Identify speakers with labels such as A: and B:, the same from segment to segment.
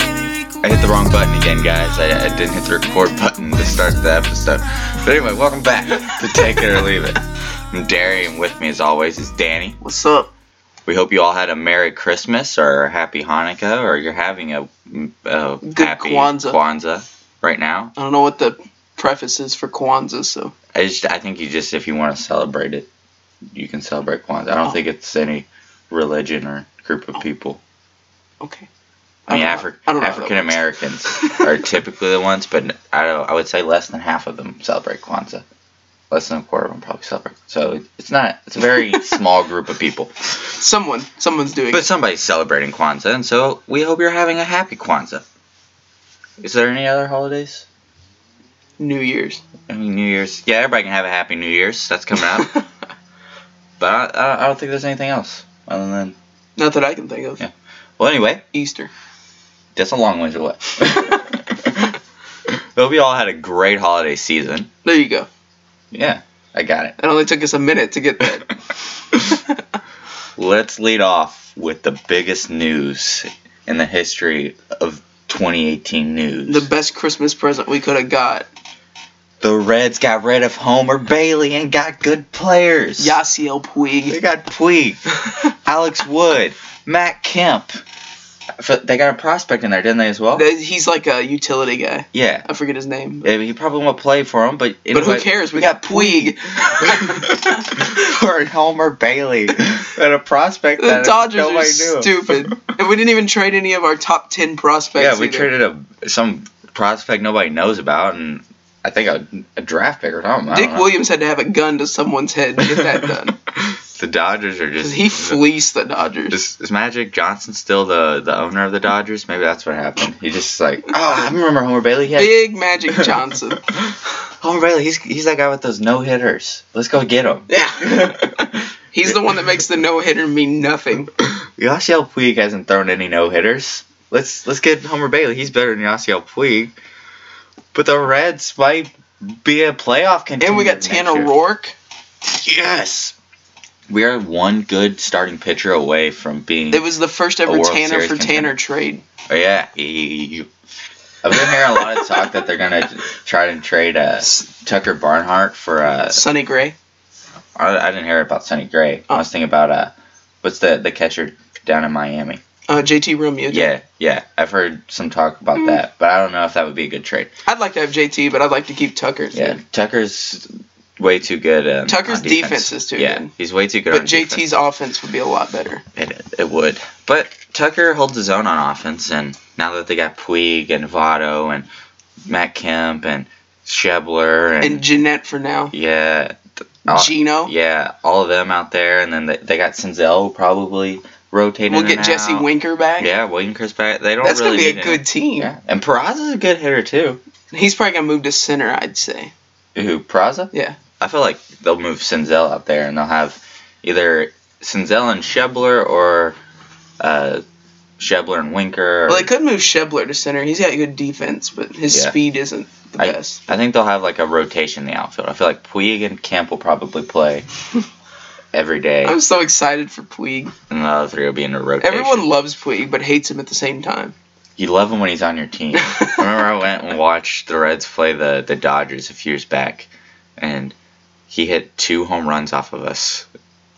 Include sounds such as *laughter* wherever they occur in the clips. A: I hit the wrong button again, guys. I, I didn't hit the record button to start the episode. But anyway, welcome back to Take It or Leave It. I'm Derry, and with me, as always, is Danny.
B: What's up?
A: We hope you all had a Merry Christmas or a Happy Hanukkah, or you're having a, a
B: Good
A: Happy
B: Kwanzaa.
A: Kwanzaa right now.
B: I don't know what the preface is for Kwanzaa, so
A: I just, I think you just, if you want to celebrate it, you can celebrate Kwanzaa. I don't
B: Oh.
A: think it's any religion or group of people.
B: okay.
A: I mean,
B: don't know.
A: Afri-
B: I don't know how that
A: African
B: works.
A: Americans
B: *laughs*
A: are typically the ones, but I don't, I would say less than half of them celebrate Kwanzaa. Less than a quarter of them probably celebrate. So it- it's not. It's a
B: *laughs*
A: very small group of people,
B: Someone, someone's doing.
A: but somebody's celebrating Kwanzaa, and so we hope you're having a happy Kwanzaa. Is there any other holidays?
B: New Year's.
A: I mean, New Year's. Yeah, everybody can have a happy New Year's. That's coming up.
B: *laughs*
A: but uh, I- I, I don't think there's anything else other than.
B: Not that I can think of.
A: Yeah. Well, anyway,
B: Easter.
A: That's a long ways *laughs* away. Hope you all had a great holiday season.
B: There you go.
A: Yeah, I got it.
B: It only took us a minute to
A: *laughs*
B: get that.
A: Let's lead off with the biggest news in the history of 2018 news.
B: the best Christmas present we could have got.
A: the Reds got rid of Homer Bailey and got good players.
B: Yasiel
A: They
B: Puig.
A: got Puig, Alex Wood, Matt Kemp. They got a prospect in there, didn't they, as well?
B: That- He's like a utility guy.
A: yeah.
B: I forget his name.
A: Yeah, he probably won't play for him, but
B: But who
A: anyway-
B: cares? We got *laughs* Puig.
A: for Homer Bailey and a prospect
B: The
A: that
B: Dodgers are
A: nobody knew.
B: stupid.
A: *laughs*
B: and we didn't even trade any of our top 10 prospects.
A: yeah, we
B: either.
A: traded a some prospect nobody knows about, and I think a, a draft pick or something. I
B: Dick
A: don't know.
B: Williams had to have a gun to someone's head to get that
A: *laughs*
B: done.
A: the Dodgers are just
B: 'Cause he fleeced the Dodgers.
A: Is, is Magic Johnson still the, the owner of the Dodgers? Maybe that's what happened. He just like, oh, I remember Homer Bailey. He had-
B: Big Magic
A: *laughs*
B: Johnson.
A: Homer Bailey, he's he's that guy with those no hitters. Let's go get him.
B: yeah.
A: *laughs*
B: He's the one that makes the no hitter mean nothing.
A: Yasiel Puig hasn't thrown any no hitters. Let's let's get Homer Bailey. He's better than Yasiel Puig. But the Reds might be a playoff contender.
B: And we got
A: next
B: Tanner
A: year.
B: Rourke.
A: Yes. We are one good starting pitcher away from being.
B: It was the first
A: A
B: ever
A: World
B: Tanner
A: Series
B: for
A: contender.
B: Tanner trade.
A: oh, yeah. You- I've been hearing a lot of talk that they're gonna try to trade uh, Tucker Barnhart for. Uh,
B: Sonny Gray.
A: I, I didn't hear about Sonny Gray. I was thinking about uh, what's the the catcher down in Miami.
B: Uh, JT Romeo.
A: Yeah, yeah. I've heard some talk
B: Hmm.
A: about that, but I don't know if that would be a good trade.
B: I'd like to have JT, but I'd like to keep Tucker. too.
A: Yeah, Tucker's way too good. Um,
B: Tucker's
A: on
B: defense is too
A: yeah,
B: good.
A: he's way too good.
B: But
A: on
B: JT's offense would be a lot better.
A: defense. it, it would, but Tucker holds his own on offense, and now that they got Puig and Votto and Matt Kemp and Shebler and,
B: And Jeanette for now.
A: yeah, th- all-
B: Gino.
A: yeah, all of them out there, and then they, they got Senzel probably rotating.
B: We'll
A: in
B: get
A: and
B: Jesse
A: out.
B: Winker back.
A: Yeah, William Chris back. They don't
B: That's
A: really
B: gonna
A: need
B: be a
A: any-
B: good team.
A: Yeah, and Peraza's a good hitter too.
B: He's probably gonna move to center, I'd say.
A: Who Peraza?
B: Yeah.
A: I feel like they'll move Senzel out there, and they'll have either Senzel and Shebler or uh, Shebler and Winker. or-
B: Well, they could move Shebler to center. He's got good defense, but his
A: Yeah.
B: speed isn't the
A: I-
B: best.
A: I think they'll have like a rotation in the outfield. I feel like Puig and Camp will probably
B: *laughs*
A: play every day,
B: I'm so excited for Puig.
A: and the other three will be in a rotation.
B: Everyone loves Puig, but hates him at the same time.
A: you love him when he's on your team. I remember I went and watched the Reds play the the Dodgers a few years back, and he hit two home runs off of us.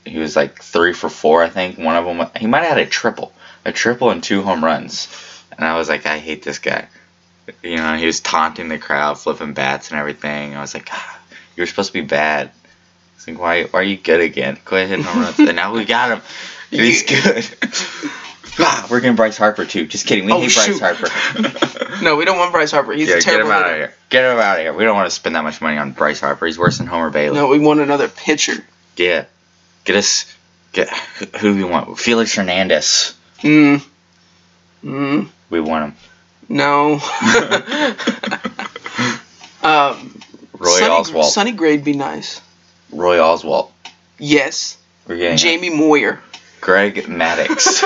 A: He was like three for four, I think. One of them, he might have had a triple, a triple and two home runs. And I was like, I hate this guy. You know, he was taunting the crowd, flipping bats and everything. I was like, ah, you were supposed to be bad. It's like, why, why are you good again? Quit hitting home runs. And now we got him. And he's good. *laughs* ah, we're getting Bryce Harper too. Just kidding. We
B: Oh,
A: hate
B: shoot.
A: Bryce Harper.
B: *laughs*
A: *laughs*
B: No, we don't want Bryce Harper. He's
A: yeah,
B: a
A: get him
B: terrible
A: out of
B: hitter.
A: here. Get him out of here. We don't want to spend that much money on Bryce Harper. He's worse than Homer Bailey.
B: No, we want another pitcher.
A: Yeah. Get us. Get who do we want? Felix Hernandez.
B: Mm. Mm.
A: We
B: *laughs*
A: want him.
B: No.
A: *laughs*
B: um,
A: Roy
B: Sonny,
A: Oswalt.
B: Sonny Gray'd be nice.
A: Roy Oswalt.
B: Yes.
A: We're getting him.
B: Jamie Moyer.
A: Greg
B: *laughs*
A: Maddox.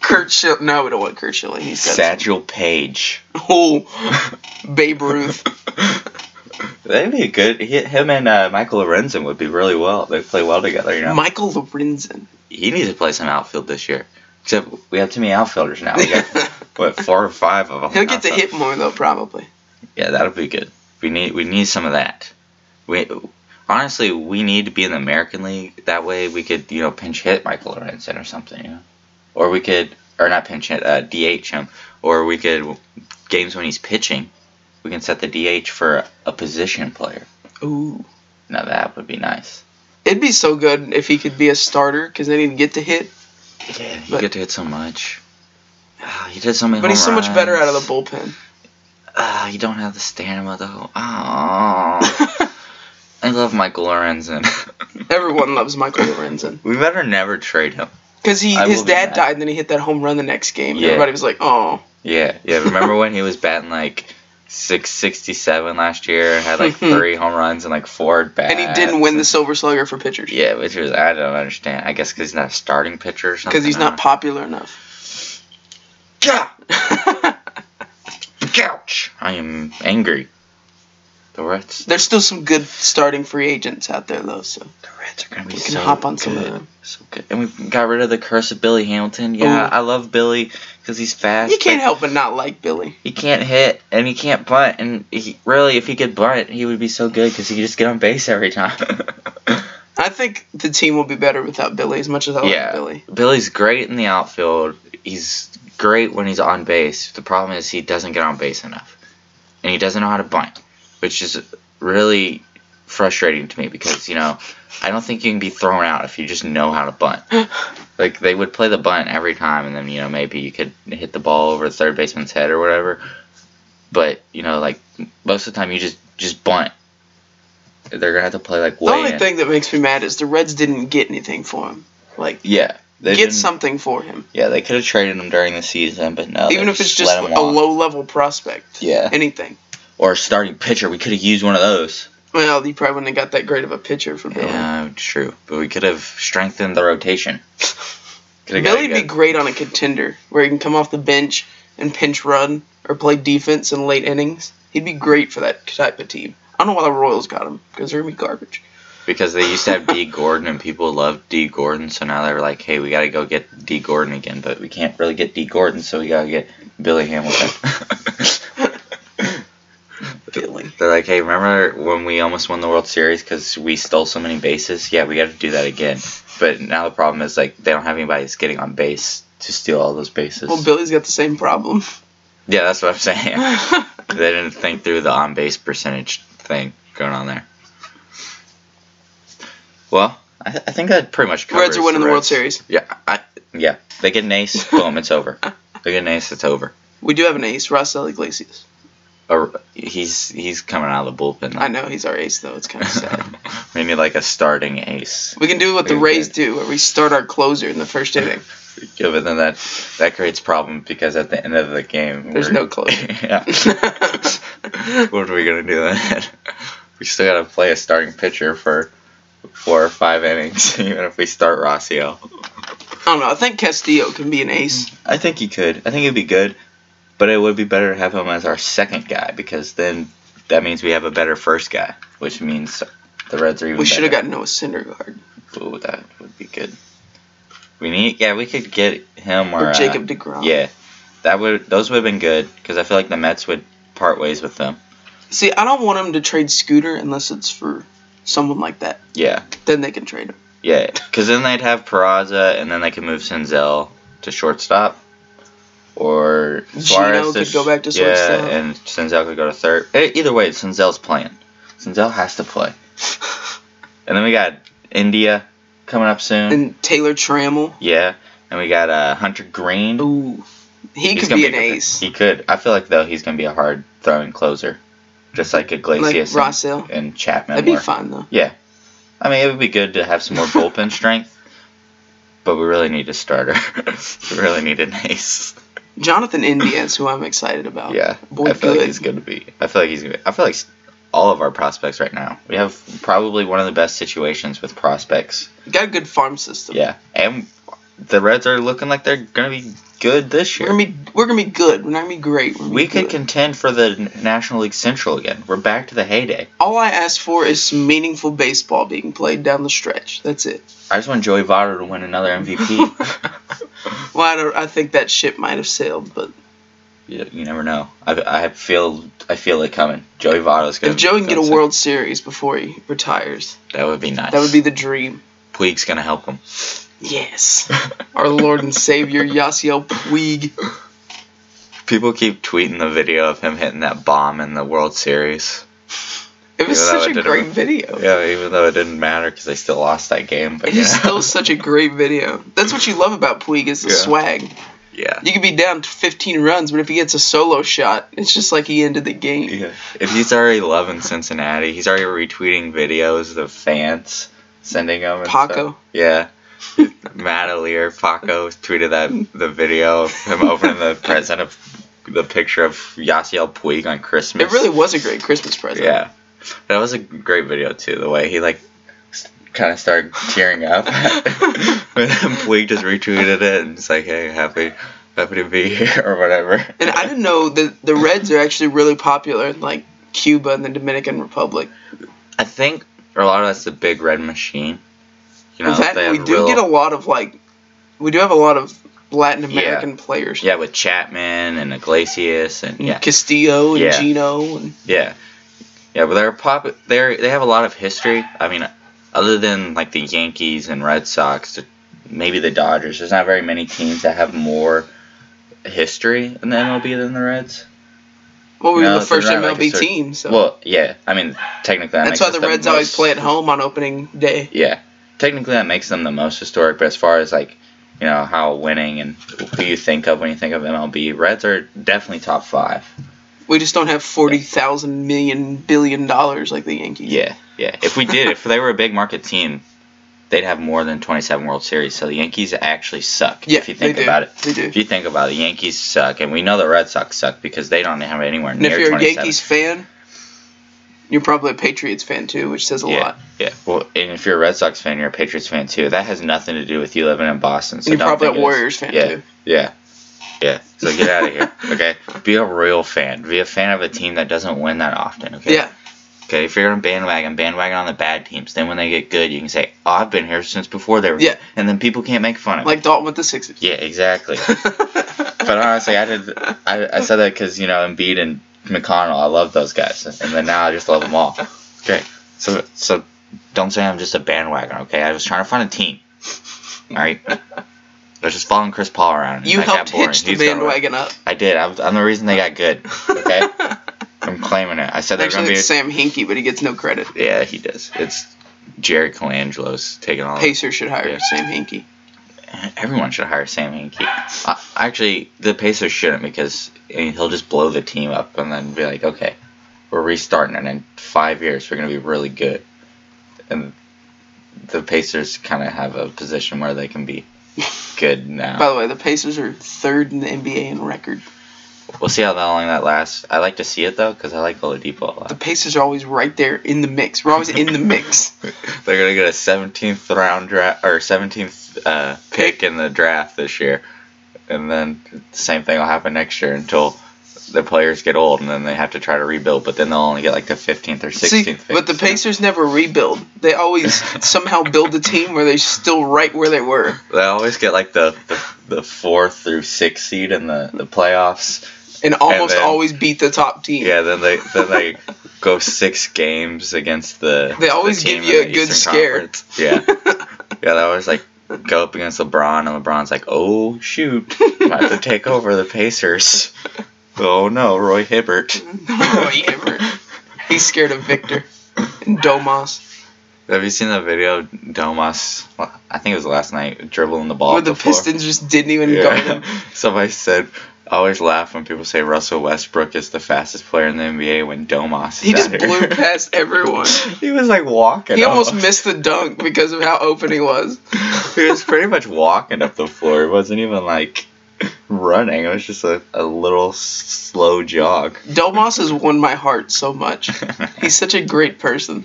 B: Kurt Schilling. No, we don't want Kurt Schilling. He's got *laughs*
A: Satchel Paige.
B: Oh,
A: *laughs*
B: Babe Ruth.
A: That'd be a good. He, him and uh, Michael Lorenzen would be really well. They play well together. You know.
B: Michael Lorenzen.
A: *laughs* he needs to play some outfield this year. Except we have too many outfielders now. We got what four or five of them.
B: *laughs* He'll get to
A: That's
B: hit more though, probably.
A: a- Yeah, that'll be good. We need we need some of that. We honestly we need to be in the American League. That way we could you know pinch hit Michael Lorenzen or something. You know? Or we could or not pinch hit uh, DH him. Or we could games when he's pitching. We can set the DH for a position player.
B: Ooh.
A: Now that would be nice.
B: It'd be so good if he could be a starter because then he'd get to hit.
A: Yeah, he
B: But-
A: could hit so much. Ah, he did so many.
B: But he's so
A: home
B: much better out of
A: runs.
B: the bullpen. *laughs*
A: Ah, you don't have the stamina though. Oh,
B: *laughs*
A: I love Michael Lorenzen.
B: Everyone loves Michael Lorenzen
A: we better never trade him.
B: because he
A: I will
B: his
A: be
B: dad
A: mad.
B: died and then he hit that home run the next game. and
A: Yeah.
B: Everybody was like, "Oh,
A: Yeah, yeah. Remember when he was batting like six sixty seven last year and had like three home runs and like four at bats?
B: Mm-hmm. and he didn't win the Silver Slugger for pitchers
A: Yeah, which was I don't understand. I guess because he's not a starting pitcher or something.
B: because he's not popular enough." *laughs*
A: Yeah, couch. I am angry. The Reds.
B: There's still some good starting free agents out there though, so
A: The Reds are gonna be
B: we can
A: so
B: hop on
A: good.
B: some of them.
A: So good. And we got rid of the curse of Billy Hamilton. Yeah,
B: Ooh.
A: I love Billy because he's fast.
B: You can't
A: but
B: help but not like Billy.
A: He can't hit and he can't bunt. And he, really, if he could bunt, he would be so good because he could just get on base every time. *laughs*
B: I think the team will be better without Billy as much as I like
A: Yeah.
B: Billy.
A: Billy's great in the outfield. He's great when he's on base. The problem is he doesn't get on base enough, and he doesn't know how to bunt, which is really frustrating to me because you know I don't think you can be thrown out if you just know how to bunt. like they would play the bunt every time, and then you know maybe you could hit the ball over the third baseman's head or whatever. But you know, like most of the time, you just just bunt. They're gonna have to play like way.
B: The only
A: in.
B: thing that makes me mad is the Reds didn't get anything for him. Like
A: yeah, they
B: get
A: didn't-
B: something for him,
A: Yeah, they could have traded him during the season, but no. Oh, they
B: even if it's just
A: let
B: a
A: him walk.
B: low
A: *laughs*
B: level prospect.
A: Yeah.
B: anything.
A: or a starting pitcher. We could have used one of those.
B: Well, you probably wouldn't have got that great of a pitcher for Billy.
A: Yeah, true. But we could have strengthened the rotation. Could
B: Billy'd be great on a contender where he can come off the bench and pinch run or play defense in late innings. He'd be great for that type of team. I don't know why the Royals got him because they're gonna be garbage.
A: because they used to have *laughs* D Gordon and people loved D Gordon, so now they're like, hey, we got to go get D Gordon again, but we can't really get D Gordon, so we got to get Billy Hamilton. *laughs*
B: Billy.
A: they're like, hey, remember when we almost won the World Series because we stole so many bases? Yeah, we got to do that again. But now the problem is like they don't have anybody that's getting on base to steal all those bases.
B: Well, Billy's got the
A: *laughs*
B: same problem.
A: yeah, that's what I'm saying. *laughs* they didn't think through the on base percentage thing going on there. Well, I, I think that pretty much covers.
B: Reds are winning the World
A: Reds.
B: Series.
A: Yeah, I, yeah. They get an ace. boom, it's
B: *laughs*
A: over. They get an ace. It's over.
B: We do have an ace, Rossell Iglesias.
A: Or he's he's coming out of the bullpen. *laughs*
B: I know he's our ace though. It's kind of sad.
A: we need like a starting ace.
B: We can do what the
A: We
B: Rays
A: can.
B: do, where we start our closer in the first inning.
A: Yeah, but then that that creates problem because at the end of the game,
B: There's
A: we're-
B: no closure.
A: *laughs* yeah. what are we gonna do then? *laughs* We still gotta play a starting pitcher for four or five innings, *laughs* even if we start Rossio.
B: I don't know. I think Castillo can be an ace.
A: I think he could. I think it'd be good, but it would be better to have him as our second guy because then that means we have a better first guy, which means the Reds are even.
B: We should have
A: better.
B: gotten Noah Syndergaard
A: Ooh, that would be good. We need. Yeah, we could get him or,
B: or
A: uh,
B: Jacob DeGrom.
A: Yeah, that would those would have been good because I feel like the Mets would part ways with them.
B: See, I don't want him to trade Scooter unless it's for someone like that.
A: Yeah,
B: Then they can trade him.
A: yeah, because then they'd have Peraza and then they could move Senzel to shortstop, or Suarez
B: Gino
A: to
B: could
A: sh-
B: go back to
A: Yeah,
B: shortstop.
A: and Senzel could go to third. E- Either way, Senzel's playing. Senzel has to
B: *laughs*
A: play. And then we got India coming up soon.
B: And Taylor Trammell.
A: yeah, and we got uh, Hunter Green.
B: Ooh. He
A: He's
B: could
A: gonna
B: be an
A: a good-
B: ace.
A: He could. I feel like though he's gonna be a hard throwing closer, just like
B: Like
A: Iglesias and-
B: Rossell.
A: and Chapman.
B: That'd be
A: were.
B: fine, though.
A: I mean, it would be good to have some
B: *laughs*
A: more bullpen strength, but we really need a starter. *laughs* we really need an ace.
B: Jonathan India is who I'm excited about.
A: Yeah,
B: Oh, Boy,
A: I feel
B: good.
A: like he's gonna be. I feel like he's gonna. Be, I feel like s- all of our prospects right now. We have probably one of the best situations with prospects.
B: Got a good farm system.
A: Yeah, and the Reds are looking like they're gonna be good this
B: We're
A: year.
B: gonna be we're gonna be good. We're not gonna be great. We're gonna
A: We
B: be
A: could
B: good.
A: contend for the N- National League Central again. We're back to the heyday.
B: All I ask for is some meaningful baseball being played down the stretch. That's it.
A: I just want Joey
B: *laughs*
A: Votto to win another MVP.
B: Well, I, don't, I think that ship might have sailed, but
A: You, you never know. I, I feel I feel it coming. Joey Votto's gonna.
B: If Joe can get a
A: gonna-
B: World Series before he retires,
A: that would be nice.
B: that would be the dream.
A: Puig's gonna help him.
B: Yes. *laughs* Our Lord and Savior, Yasiel Puig.
A: *laughs* People keep tweeting the video of him hitting that bomb in the World Series.
B: It was
A: Yeah, that
B: such
A: did
B: a
A: it.
B: great video.
A: Yeah, even though it didn't matter because they still lost that game. But
B: It
A: yeah.
B: is still such a great video. That's what you love about Puig is the
A: Yeah.
B: swag.
A: *laughs* yeah.
B: You could be down to 15 runs, but if he gets a solo shot, it's just like he ended the game.
A: Yeah. If he's already loving Cincinnati, he's already retweeting videos of fans sending him. And
B: Paco.
A: Stuff. Yeah. *laughs* Matt Alier, Paco tweeted that the video of him opening the present of the picture of Yasiel Puig on Christmas.
B: It really was a great Christmas present.
A: Yeah. That was a great video too. The way he like kind of started tearing
B: *laughs*
A: up, *laughs* and then Puig just retweeted it and it's like, "Hey, happy, happy to be here" or whatever.
B: And I didn't know that the Reds are actually really popular in like Cuba and the Dominican Republic.
A: I think a lot of that's the big red machine. You know,
B: In fact,
A: they have
B: we do
A: real-
B: get a lot of like, we do have a lot of Latin
A: Yeah.
B: American players.
A: yeah with Chapman and Iglesias and yeah,
B: Castillo and
A: Yeah.
B: Gino and
A: yeah, yeah. But they're pop. They're they have a lot of history. I mean, other than like the Yankees and Red Sox, maybe the Dodgers. There's not very many teams that have more history in the MLB than the Reds.
B: well, we
A: No,
B: were the
A: they're
B: first
A: not, like,
B: MLB
A: a certain-
B: team, so
A: Well, yeah. I mean, technically that
B: that's
A: makes
B: why
A: us
B: the Reds always
A: most-
B: play at home on opening day.
A: Yeah, technically that makes them the most historic. But as far as like, you know, how winning and who you think of when you think of MLB, Reds are definitely top five.
B: We just don't have forty thousand million billion dollars like the Yankees.
A: Yeah, yeah. If we did, if they were a big market team, they'd have more than 27 World Series. So the Yankees actually suck.
B: yeah.
A: if you think
B: they do.
A: about it.
B: they do.
A: If you think about it, the Yankees suck, and we know the Red Sox suck because they don't have anywhere
B: And
A: near
B: if you're a
A: 27.
B: Yankees fan, you're probably a Patriots fan too, which says a
A: yeah,
B: lot.
A: yeah. Well, and if you're a Red Sox fan, you're a Patriots fan too. That has nothing to do with you living in Boston. So
B: and you're
A: don't
B: probably
A: think
B: a
A: it is-
B: Warriors fan
A: yeah.
B: too.
A: Yeah. Yeah. So get out of here. Okay. Be a real fan. Be a fan of a team that doesn't win that often. Okay.
B: Yeah.
A: Okay. If you're on bandwagon, bandwagon on the bad teams. Then when they get good, you can say, "Oh, I've been here since before they were."
B: Yeah.
A: And then people can't make fun of. me.
B: Like Dalton with the Sixers. *laughs*
A: Yeah. Exactly. but honestly, I did. I, I said that because you know Embiid and McConnell. I love those guys, and then now I just love them all. Okay. So so don't say I'm just a bandwagon. Okay. I was trying to find a team. All right. I was just following Chris Paul around.
B: you
A: That got
B: helped
A: boring.
B: hitch the
A: He's gone away.
B: bandwagon up.
A: I did. I'm, I'm the reason they got good.
B: *laughs*
A: Okay, I'm claiming it. I said they're
B: Actually,
A: gonna be.
B: it's Sam Hinkie, but he gets no credit.
A: yeah, he does. It's Jerry Colangelo's taking all.
B: Pacers should hire
A: Oh. Yeah.
B: Sam Hinkie.
A: Everyone should hire Sam Hinkie. Uh, actually, the Pacers shouldn't because I mean, he'll just blow the team up and then be like, okay, we're restarting, and in five years we're gonna be really good. And the Pacers kind of have a position where they can be good now.
B: By the way, the Pacers are third in the NBA in record.
A: we'll see how long that lasts. I like to see it though because I like Oladipo a lot.
B: The Pacers are always right there in the mix. We're always in the mix.
A: *laughs* They're gonna get a 17th round draft or 17th uh, pick in the draft this year, and then the same thing will happen next year until the players get old and then they have to try to rebuild. But then they'll only get like the 15th or 16th.
B: See,
A: pick,
B: but the
A: so
B: Pacers never rebuild. They always
A: *laughs*
B: somehow build a team where they're still right where they were.
A: they always get like the the, the fourth through sixth seed in the, the playoffs.
B: And almost
A: then-
B: always beat the top team.
A: Yeah, then they then they go six games against the.
B: They always
A: the team
B: give you
A: in the
B: a good
A: Eastern
B: scare.
A: Conference.
B: *laughs*
A: Yeah. Yeah, they always like go up against LeBron, and LeBron's like, "Oh shoot, I have to take over the Pacers." Oh no, Roy Hibbert.
B: Roy Hibbert. He's scared of Victor and Domas.
A: Have you seen the video of Domas? I think it was last night dribbling the ball.
B: Where the
A: before.
B: Pistons just didn't even guard
A: Yeah.
B: him.
A: *laughs* Somebody said, "I always laugh when people say Russell Westbrook is the fastest player in the NBA when Domas." Is
B: He just
A: out
B: blew
A: here." *laughs*
B: past everyone.
A: he was like walking.
B: He almost
A: up.
B: missed the dunk because of how open he was.
A: *laughs* he was pretty much walking up the floor. It wasn't even like running. It was just a, a little s- slow jog. *laughs*
B: Domas has won my heart so much. He's such a great person.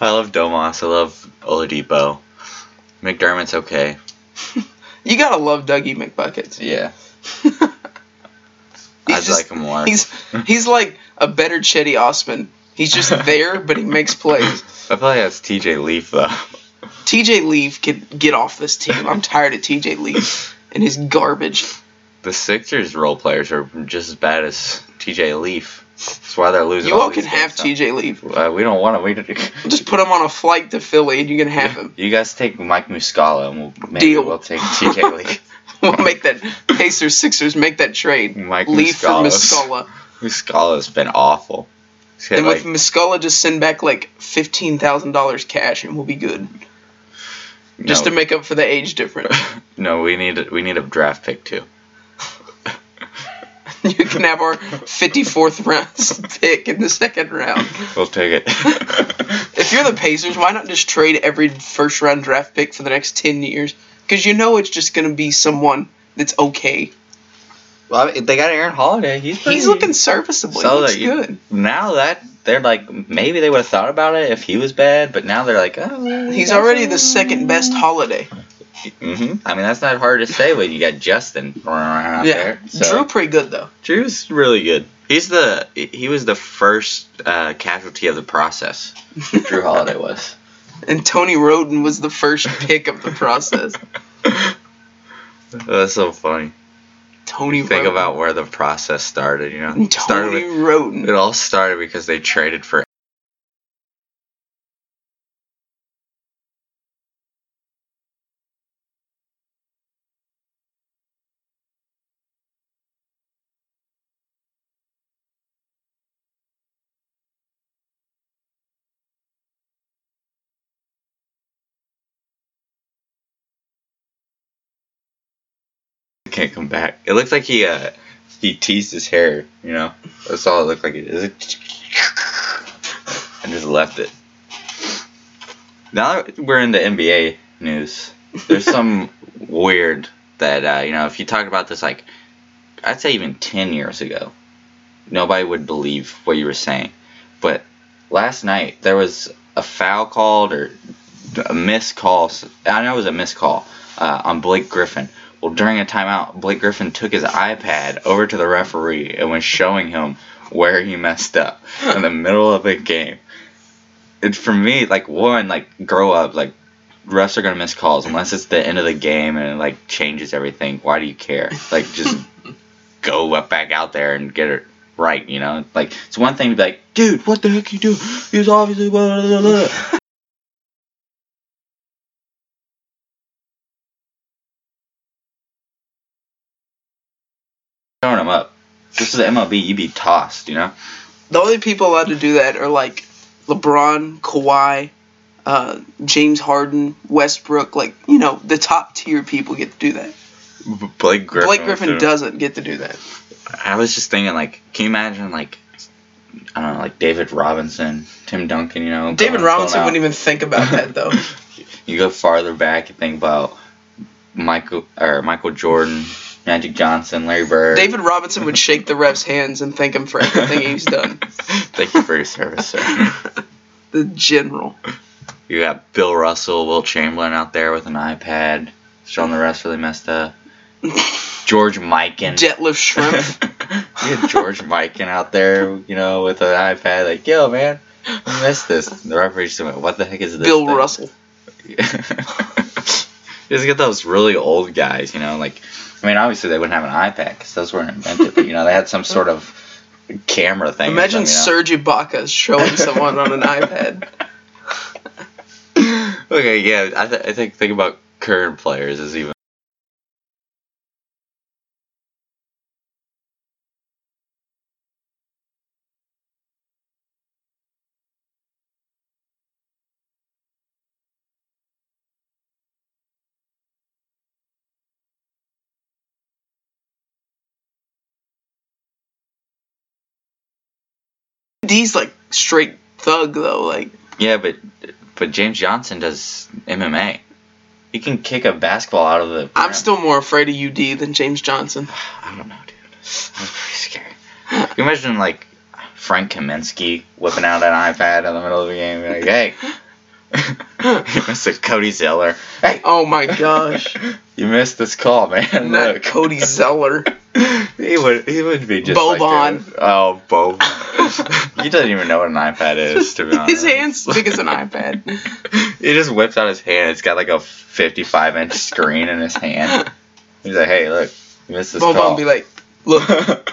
A: I love Domas. I love Oladipo. McDermott's okay.
B: You gotta love Dougie
A: *laughs*
B: McBuckets.
A: Yeah.
B: He's
A: I'd like
B: just-
A: him more.
B: He's he's like a better Chetty Osman. He's just
A: *laughs*
B: there, but he makes plays.
A: I feel like that's TJ Leaf, though.
B: TJ Leaf can get off this team. I'm tired of TJ Leaf and his garbage.
A: the Sixers role players are just as bad as TJ Leaf. That's why they're losing.
B: You all
A: these
B: can have
A: games
B: TJ Leaf.
A: now. Uh, we don't want him. We don't- *laughs*
B: Just put him on a flight to Philly and you can have him. *laughs*
A: you guys take Mike Muscala, and we'll, maybe
B: Deal.
A: we'll take TJ Leaf.
B: *laughs* We'll make that Pacers Sixers make that trade.
A: Mike
B: Leaf for
A: Muscala.
B: Muscala.
A: Muscala's been awful. He's hit,
B: And
A: like,
B: with Muscala just send back like fifteen thousand dollars cash and we'll be good. Just
A: no,
B: to make up for the
A: *laughs*
B: age difference.
A: no, we need we need a draft pick too.
B: you can have our fifty fourth round *laughs* pick in the second round.
A: We'll take it.
B: *laughs* If you're the Pacers, why not just trade every first round draft pick for the next 10 years? Because you know it's just going to be someone that's okay.
A: well, I mean, they got Aaron Holiday. He's
B: He's looking serviceable.
A: So
B: he looks
A: that you-
B: good.
A: now that they're like maybe they would have thought about it if he was bad, but now they're like, oh,
B: He's already the second best holiday.
A: hmm I mean, that's not hard to say when you got Justin out
B: Yeah.
A: there. So.
B: Drew pretty good, though.
A: Drew's really good. He's the he was the first uh, casualty of the
B: *laughs*
A: process. Drew Holiday was.
B: And Tony Roden was the
A: *laughs*
B: first pick of the process.
A: That's so funny.
B: Tony
A: Think
B: Roden.
A: about where the process started. You know,
B: Tony
A: It started with,
B: Roden.
A: it all started because they traded for can't come back. It looks like he uh he teased his hair, you know. That's all it looked like it is. And just left it. Now that we're into NBA news. There's some weird that uh, you know, if you talked about this like I'd say even ten years ago, nobody would believe what you were saying. But last night there was a foul called or a missed call. I know it was a missed call uh, on Blake Griffin. Well, during a timeout, Blake Griffin took his iPad over to the referee and was showing him where he messed up in the middle of a game. And for me, like one, like grow up, like refs are gonna miss calls unless it's the end of the game and it like changes everything. Why do you care? Like
B: *laughs*
A: just go up back out there and get it right, you know? Like it's one thing to be like, dude, what the heck you do? He was obviously blah blah blah. blah. *laughs* throwing him up. This is the MLB. You'd be tossed, you know.
B: The only people allowed to do that are like LeBron, Kawhi, uh, James Harden, Westbrook. Like, you know, the top tier people get to do that.
A: Blake Griffin.
B: Blake Griffin doesn't get to do that.
A: I was just thinking, like, can you imagine, like, I don't know, like David Robinson, Tim Duncan, you know.
B: David Robinson wouldn't even think about
A: *laughs*
B: that, though.
A: You go farther back, you think about Michael or Michael Jordan, Magic Johnson, Larry Bird.
B: David Robinson would shake the ref's hands and thank him for everything
A: *laughs*
B: he's done.
A: Thank you for your service,
B: *laughs*
A: sir.
B: The general.
A: You got Bill Russell, Will Chamberlain out there with an iPad, showing the rest really messed up. George Mikan. *laughs*
B: Detlef Shrimp.
A: you had George Mikan out there, you know, with an iPad, like, yo, man, I missed this. The referee just went, what the heck is this?
B: Bill
A: thing?"
B: Russell.
A: *laughs* just get those really old guys, you know, like, I mean, obviously they wouldn't have an iPad because those weren't invented, but, you know, they had some sort of camera thing. or
B: Imagine
A: something,
B: Serge
A: *laughs*
B: Ibaka showing someone on an iPad.
A: you know? *coughs* Okay, yeah, I, th- I think, think about current players is even.
B: D's like straight thug though. Like
A: Yeah, but but James Johnson does MMA. He can kick a basketball out of the.
B: I'm
A: ground.
B: still more afraid of UD than James Johnson.
A: I don't know, dude. That's pretty scary. Can you imagine like Frank Kaminsky whipping out an iPad in the middle of the game, and be *laughs* like, "Hey, you missed a Cody Zeller. Hey,
B: Oh my gosh.
A: *laughs* you missed this call, man.
B: Not
A: Look,
B: Cody Zeller.
A: *laughs* he would he would be just like
B: Boban.
A: a- oh, Boban. he doesn't even know what an iPad
B: *laughs*
A: is, to be honest.
B: His hand's big as an iPad.
A: *laughs* he just
B: *laughs*
A: whips out his hand. It's got like a 55 inch screen in his hand. He's like, hey, look, You missed this
B: Boban
A: call.
B: would be like, look,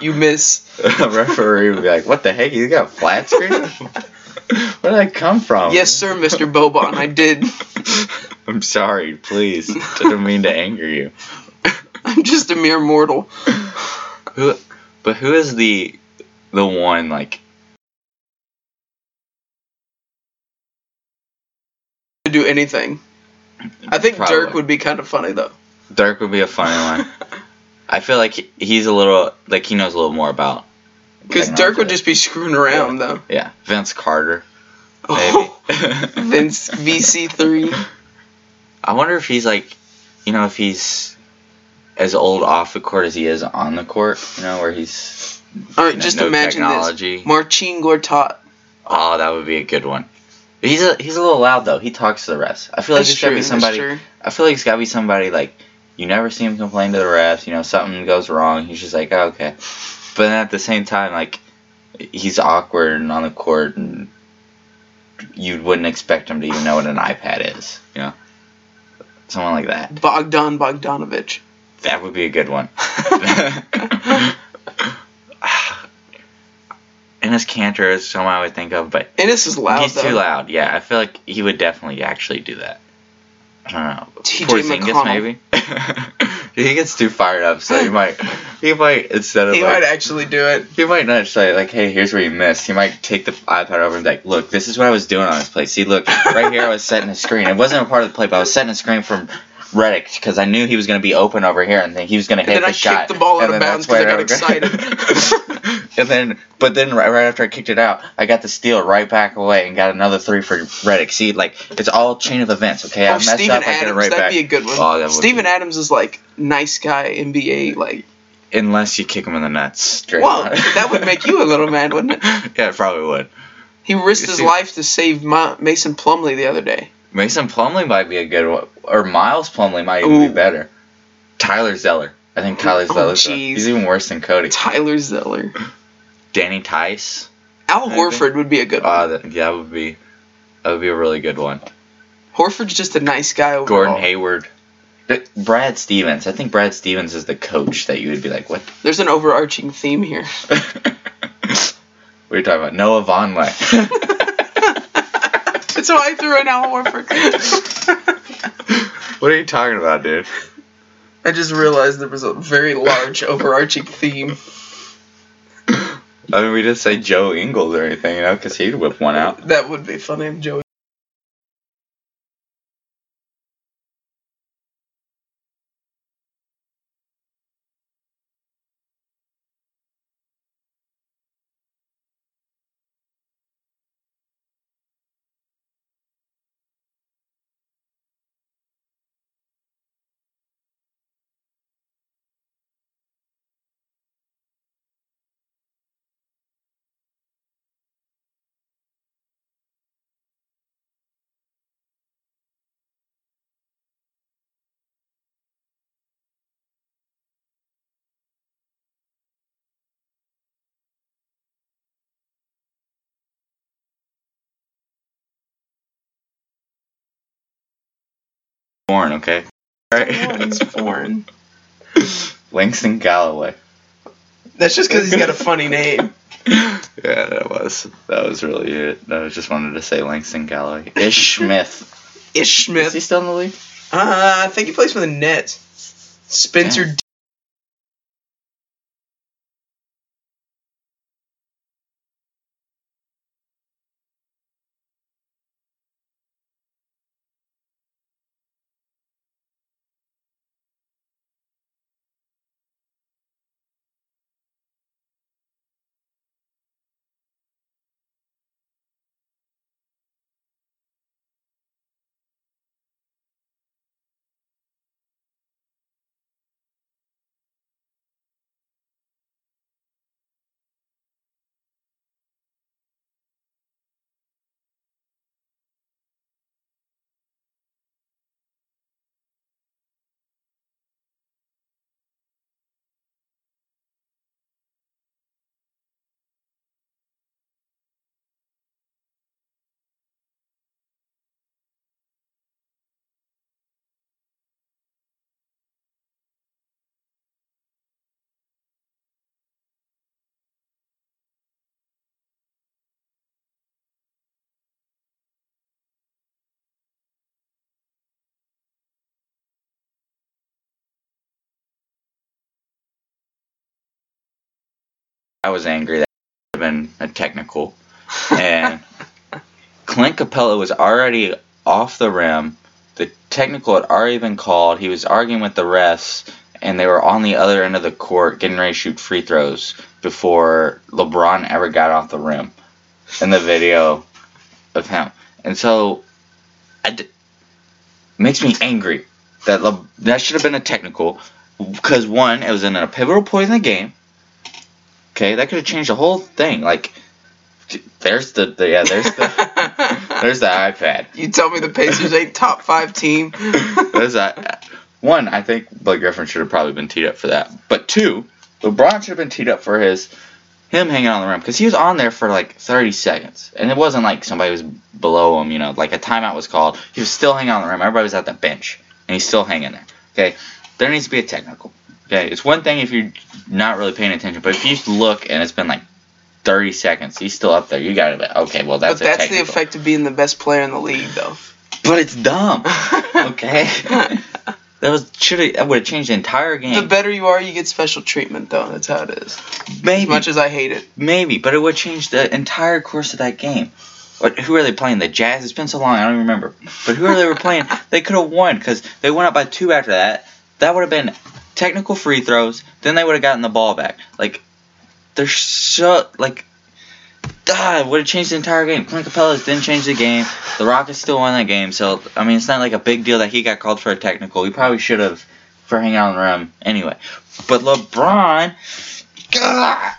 A: *laughs*
B: *laughs* you miss.
A: a referee would be like, "What the heck? You got a flat
B: *laughs*
A: screen? Where did I come from?"
B: Yes, sir, Mr. Boban, I did.
A: *laughs*
B: *laughs*
A: I'm sorry. Please, didn't mean to anger you.
B: I'm just a mere mortal.
A: Who? But who is the the one like?
B: To do anything. I think Dirk
A: Probably.
B: would be kind of funny though.
A: Dirk would be a funny one.
B: *laughs*
A: I feel like he- he's a little like he knows a little more about.
B: Because
A: technology.
B: Dirk would just be screwing around though.
A: Yeah, Vince Carter. Maybe.
B: *laughs* Oh, Vince VC3.
A: I wonder if he's like, you know, if he's as old off the court as he is on the court. You know, where he's
B: All right,
A: no-
B: just
A: no
B: imagine
A: technology.
B: this. Marcin Gortat.
A: Oh, that would be a good one. He's a he's a little loud though. He talks to the refs. I feel like
B: That's
A: it's gotta
B: true.
A: be
B: That's
A: somebody.
B: true.
A: I feel like it's gotta be somebody like you never see him complain to the refs. You know, something goes wrong. He's just like, oh, okay. But then at the same time, like he's awkward and on the court, and you wouldn't expect him to even know what an iPad is. You know, someone like that. *laughs*
B: Bogdan Bogdanovich.
A: That would be a good
B: *laughs*
A: one. *sighs* Ennis Cantor is someone I would think of, but
B: Ennis is loud
A: he's
B: though.
A: too loud. Yeah, I feel like he would definitely actually do that. I don't know.
B: TJ
A: Porzingis
B: McConnell.
A: maybe. *laughs* he gets too fired up, so he might. He might instead of
B: He
A: like.
B: might actually do it.
A: he might not say like, "Hey, here's where you missed." He might take the iPad over and be like, "Look, this is what I was doing on this play. See, look, right here, I was setting a screen. It wasn't a part of the play, but I was setting a screen from Reddick because I knew he was gonna be open over here, and then he was gonna hit
B: then
A: the
B: I kicked
A: shot.
B: the ball out
A: and
B: of
A: then
B: bounds
A: that's
B: 'cause I
A: where
B: got excited.
A: *laughs* and then, but then right, right after I kicked it out, I got the steal right back away and got another three for Reddick. See, like it's all chain of events. Okay, I
B: oh,
A: messed
B: Steven
A: up. I get it
B: Adams.
A: right
B: that'd
A: back.
B: be a good one.
A: Oh, that would
B: Steven
A: be-
B: Adams is like nice guy NBA. Like,
A: Unless you kick him in the nuts. Straight
B: whoa,
A: on.
B: *laughs* that would make you a little mad, wouldn't it?
A: *laughs* yeah, it probably would.
B: He risked his
A: See-
B: life to save Ma- Mason Plumley the other day.
A: Mason Plumley might be a good one, or Miles Plumley might even
B: Ooh.
A: be better. Tyler Zeller, I think Tyler
B: Oh,
A: Zeller.
B: jeez.
A: He's even worse than Cody.
B: Tyler Zeller.
A: Danny Tice.
B: Al
A: Maybe.
B: Horford would be a good one.
A: Uh, that, yeah, that would be that would be a really good one.
B: Horford's just a nice guy overall.
A: Gordon Hayward. Th- Brad Stevens. I think Brad Stevens is the coach that you would be like, what? *laughs*
B: There's an overarching theme here. *laughs*
A: what are you talking about? Noah *laughs* Vonleh.
B: That's why I threw in Al Horford.
A: what are you talking about, dude?
B: I just realized there was a very large overarching theme.
A: I mean, we didn't say Joe Ingles or anything, you know, because he'd whip one out.
B: That would be funny
A: *laughs*
B: if Joey.
A: Born, okay? Right.
B: He's foreign.
A: *laughs* Langston Galloway.
B: That's just because he's got a funny name.
A: yeah, that was that was really it. I just wanted to say Langston Galloway. Ish Smith. Is
B: Ish
A: he
B: Smith.
A: still in the league?
B: Uh, I think he plays for the Nets. Spencer. D-
A: I was angry that would have been a technical. And Clint Capella was already off the rim. The technical had already been called. He was arguing with the refs, and they were on the other end of the court getting ready to shoot free throws before LeBron ever got off the rim in the video of him. And so, I d- makes me angry that Le- that should have been a technical because one, it was in a pivotal point in the game. Okay, that could have changed the whole thing. Like, there's the, the yeah, there's the.
B: *laughs*
A: There's the iPad.
B: you tell me the Pacers ain't top five team.
A: There's that. One, I think Blake Griffin should have probably been teed up for that. But two, LeBron should have been teed up for his him hanging on the rim because he was on there for like 30 seconds, and it wasn't like somebody was below him. You know, like a timeout was called. He was still hanging on the rim. Everybody was at the bench, and he's still hanging there. Okay, there needs to be a technical. Okay, it's one thing if you're not really paying attention, but if you just look and it's been like 30 seconds, he's still up there. You gotta be okay. Well,
B: but
A: that's a
B: that's the
A: technical.
B: effect of being the best player in the league, though.
A: But it's dumb.
B: okay. *laughs*
A: Okay. that was should have that would have changed the entire
B: The
A: game.
B: better you are, you get special treatment, though. That's how it is. As
A: maybe
B: much as I hate it,
A: maybe, but it would change the entire course of that game. What, who are they playing? The Jazz. It's been so long, I don't even remember. But who are they were
B: *laughs*
A: playing? They could have won because they went up by two after that. That would have been technical free throws. Then they would have gotten the ball back. Like they're so like. God, would have changed the entire game. Clint Capella's didn't change the game. The Rockets still won that game, so I mean it's not like a big deal that he got called for a technical. He probably should have for hanging on the rim anyway. But LeBron, God,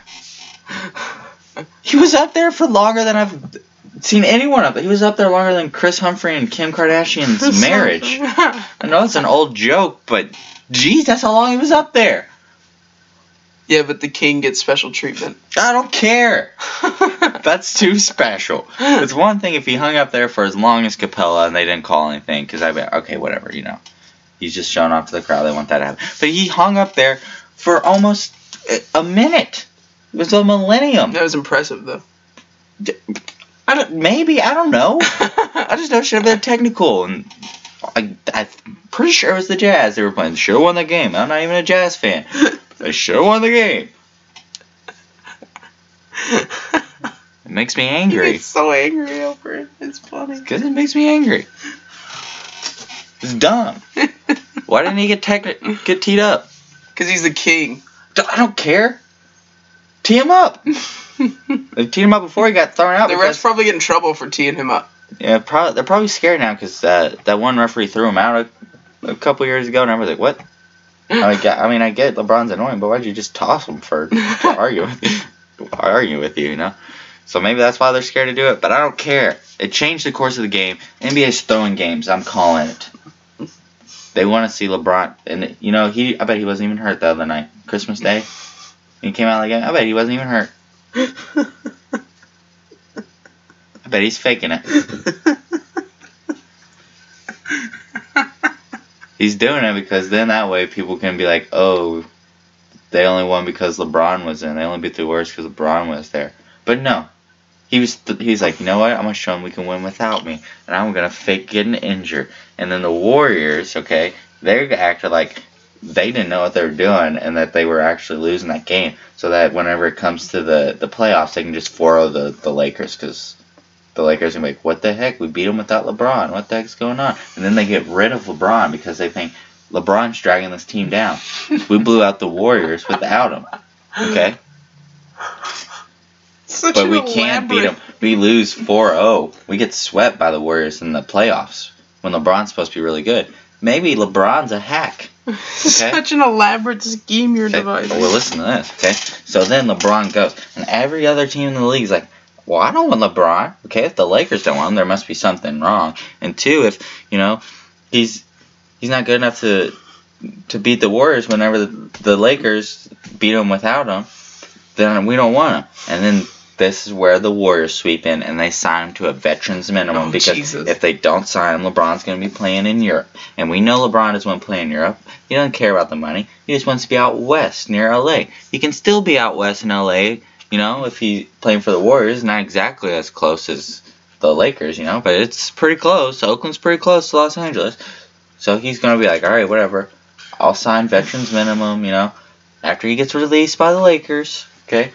A: he was up there for longer than I've seen anyone up. He was up there longer than Chris Humphrey and Kim
B: *laughs*
A: Kardashian's marriage. I know it's an old joke, but geez, that's how long he was up there.
B: yeah, but the king gets special treatment.
A: I don't care. That's too special.
B: *laughs*
A: It's one thing if he hung up there for as long as Capella and they didn't call anything, because I'd be like, okay, whatever, you know. He's just showing off to the crowd. They want that to happen. But he hung up there for almost a- a minute. It was a millennium.
B: that was impressive, though.
A: I don't, maybe, I don't
B: *laughs*
A: know. *laughs* I just know it should have been technical. And I, I'm pretty sure it was the Jazz they were playing. Should have won the game. I'm not even a Jazz fan. They should have won the game. It makes me
B: You
A: angry.
B: get so angry over it. It's funny. *laughs*
A: Because it makes me angry. It's dumb. Why didn't he get techni- get teed up?
B: Because he's the king.
A: D- I don't care. Tee him
B: *laughs*
A: up.
B: the
A: They teed him up before he got thrown out.
B: refs
A: because-
B: probably get in trouble for teeing
A: *laughs*
B: him up.
A: yeah, probably, they're probably scared now because that, that one referee threw him out a, a couple years ago, and I was like, what? I, got, I mean, I get LeBron's annoying, but why'd you just toss him for to argue with *laughs* argue with you? You know, so maybe that's why they're scared to do it. But I don't care. It changed the course of the game. NBA's throwing games. I'm calling it. They want to see LeBron, and you know he. I bet he wasn't even hurt the other night, Christmas Day. He came out again. I bet he wasn't even hurt. I bet he's faking it. He's doing it because then that way people can be like, oh, they only won because LeBron was in. They only beat the worst because LeBron was there. But no, he was. Th- he's like, you know what? I'm gonna show them we can win without me, and I'm gonna fake getting injured. And then the Warriors, okay, they're acting like they didn't know what they were doing and that they were actually losing that game. So that whenever it comes to the the playoffs, they can just 4 the the Lakers because. The Lakers are gonna be like, what the heck? We beat them without LeBron. What the heck's going on? And then they get rid of LeBron because they think LeBron's dragging this team down. We blew out the Warriors without him. Okay,
B: *laughs* Such
A: but
B: an
A: we can beat
B: elaborate-
A: them. We lose 4-0. We get swept by the Warriors in the playoffs when LeBron's supposed to be really good. Maybe LeBron's a hack.
B: Such an elaborate scheme you're
A: Okay,
B: devising.
A: Well, listen to this. Okay, so then LeBron goes, and every other team in the league is like, "Well, I don't want LeBron." Okay, if the Lakers don't want him, there must be something wrong. And two, if you know, he's he's not good enough to to beat the Warriors whenever the, the Lakers beat him without him, then we don't want him. And then this is where the Warriors sweep in and they sign him to a veterans minimum
B: Oh,
A: because
B: Jesus.
A: if they don't sign him, LeBron's going to be playing in Europe. And we know LeBron is one playing in Europe. He doesn't care about the money. He just wants to be out west near LA. He can still be out west in LA, you know, if he's playing for the Warriors, not exactly as close as the Lakers, you know, but it's pretty close. Oakland's pretty close to Los Angeles. So he's going to be like, all right, whatever. I'll sign veterans minimum, you know, after he gets released by the Lakers, okay?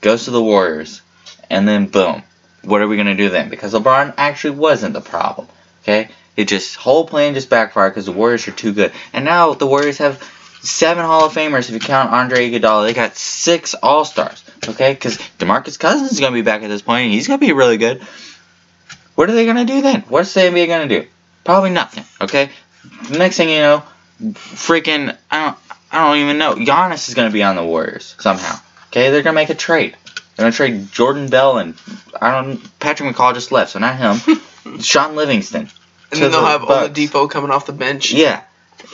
A: goes to the Warriors, and then boom. What are we gonna do then? Because LeBron actually wasn't the problem. Okay, it just whole plan just backfired because the Warriors are too good, and now the Warriors have seven Hall of Famers if you count Andre Iguodala. They got six All Stars. Okay, because Demarcus Cousins is gonna be back at this point, and he's gonna be really good. What are they gonna do then? What's the NBA gonna do? Probably nothing. Okay. The next thing you know, freaking I don't I don't even know. Giannis is gonna be on the Warriors somehow. Okay, they're gonna make a trade. They're gonna trade Jordan Bell and I don't Patrick McCall just left, so not
B: *laughs*
A: him. Sean Livingston.
B: And
A: to
B: then they'll
A: the
B: have
A: Bucks.
B: Oladipo coming off the bench.
A: Yeah.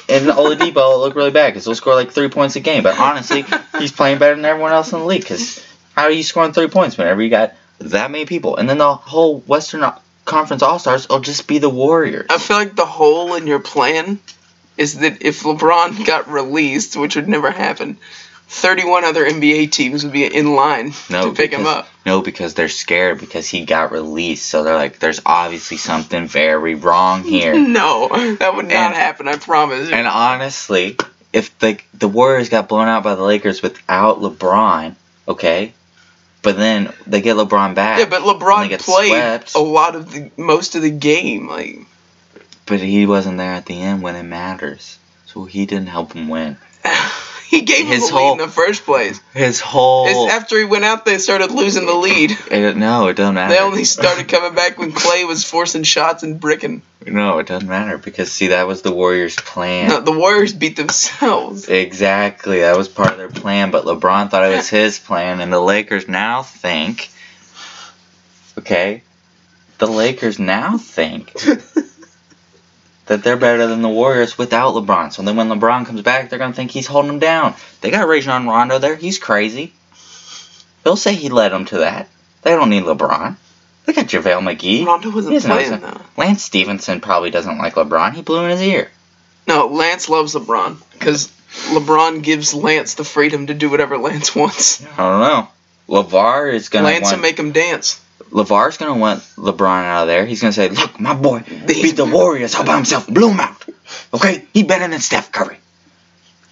A: And Oladipo will look really bad because he'll score like three points a game. But honestly, he's playing better than everyone else in the league because how are you scoring three points whenever you got that many people? And then the whole Western Conference All Stars will just be the Warriors.
B: I feel like the hole in your plan is that if LeBron got released, which would never happen, 31 other NBA teams would be in line to pick him
A: because-
B: up.
A: No, because they're scared because he got released. So they're like, there's obviously something very wrong
B: *laughs*
A: here.
B: No, that would not
A: And-
B: happen, I promise.
A: and honestly, if the the Warriors got blown out by the Lakers without LeBron, okay, but then they get LeBron back.
B: yeah, but
A: and they
B: LeBron
A: get
B: played
A: swept.
B: a lot of the most of the game. Like *laughs*
A: But he wasn't there at the end when it matters. So he didn't help him win.
B: he gave him
A: His
B: the
A: whole-
B: lead in the first place.
A: His whole
B: It's after he went out, they started losing
A: *laughs*
B: the lead.
A: it, no, it doesn't matter.
B: They only started coming back when Clay was forcing shots and bricking.
A: *laughs* no, it doesn't matter because see that was the Warriors' plan.
B: No, the Warriors beat themselves.
A: *laughs* Exactly, that was part of their plan, but LeBron thought it
B: *laughs*
A: was his plan, and the Lakers now think. Okay, the Lakers now think that they're better than the Warriors without LeBron. So then when LeBron comes back, they're gonna think he's holding them down. They got Rajon Rondo there; he's crazy. They'll say he led them to that. They don't need LeBron. They got JaVale McGee.
B: Rondo wasn't
A: He's not
B: playing
A: saying-
B: though.
A: Lance Stevenson probably doesn't like LeBron. He blew in his ear.
B: No, Lance loves LeBron because LeBron gives Lance the freedom to do whatever Lance wants.
A: I don't know. LeVar is gonna
B: Lance
A: want-
B: will make him dance.
A: LeVar's gonna want LeBron out of there. He's gonna say, "Look, my boy beat the Warriors all by himself, blew him out. Okay, he better than Steph Curry."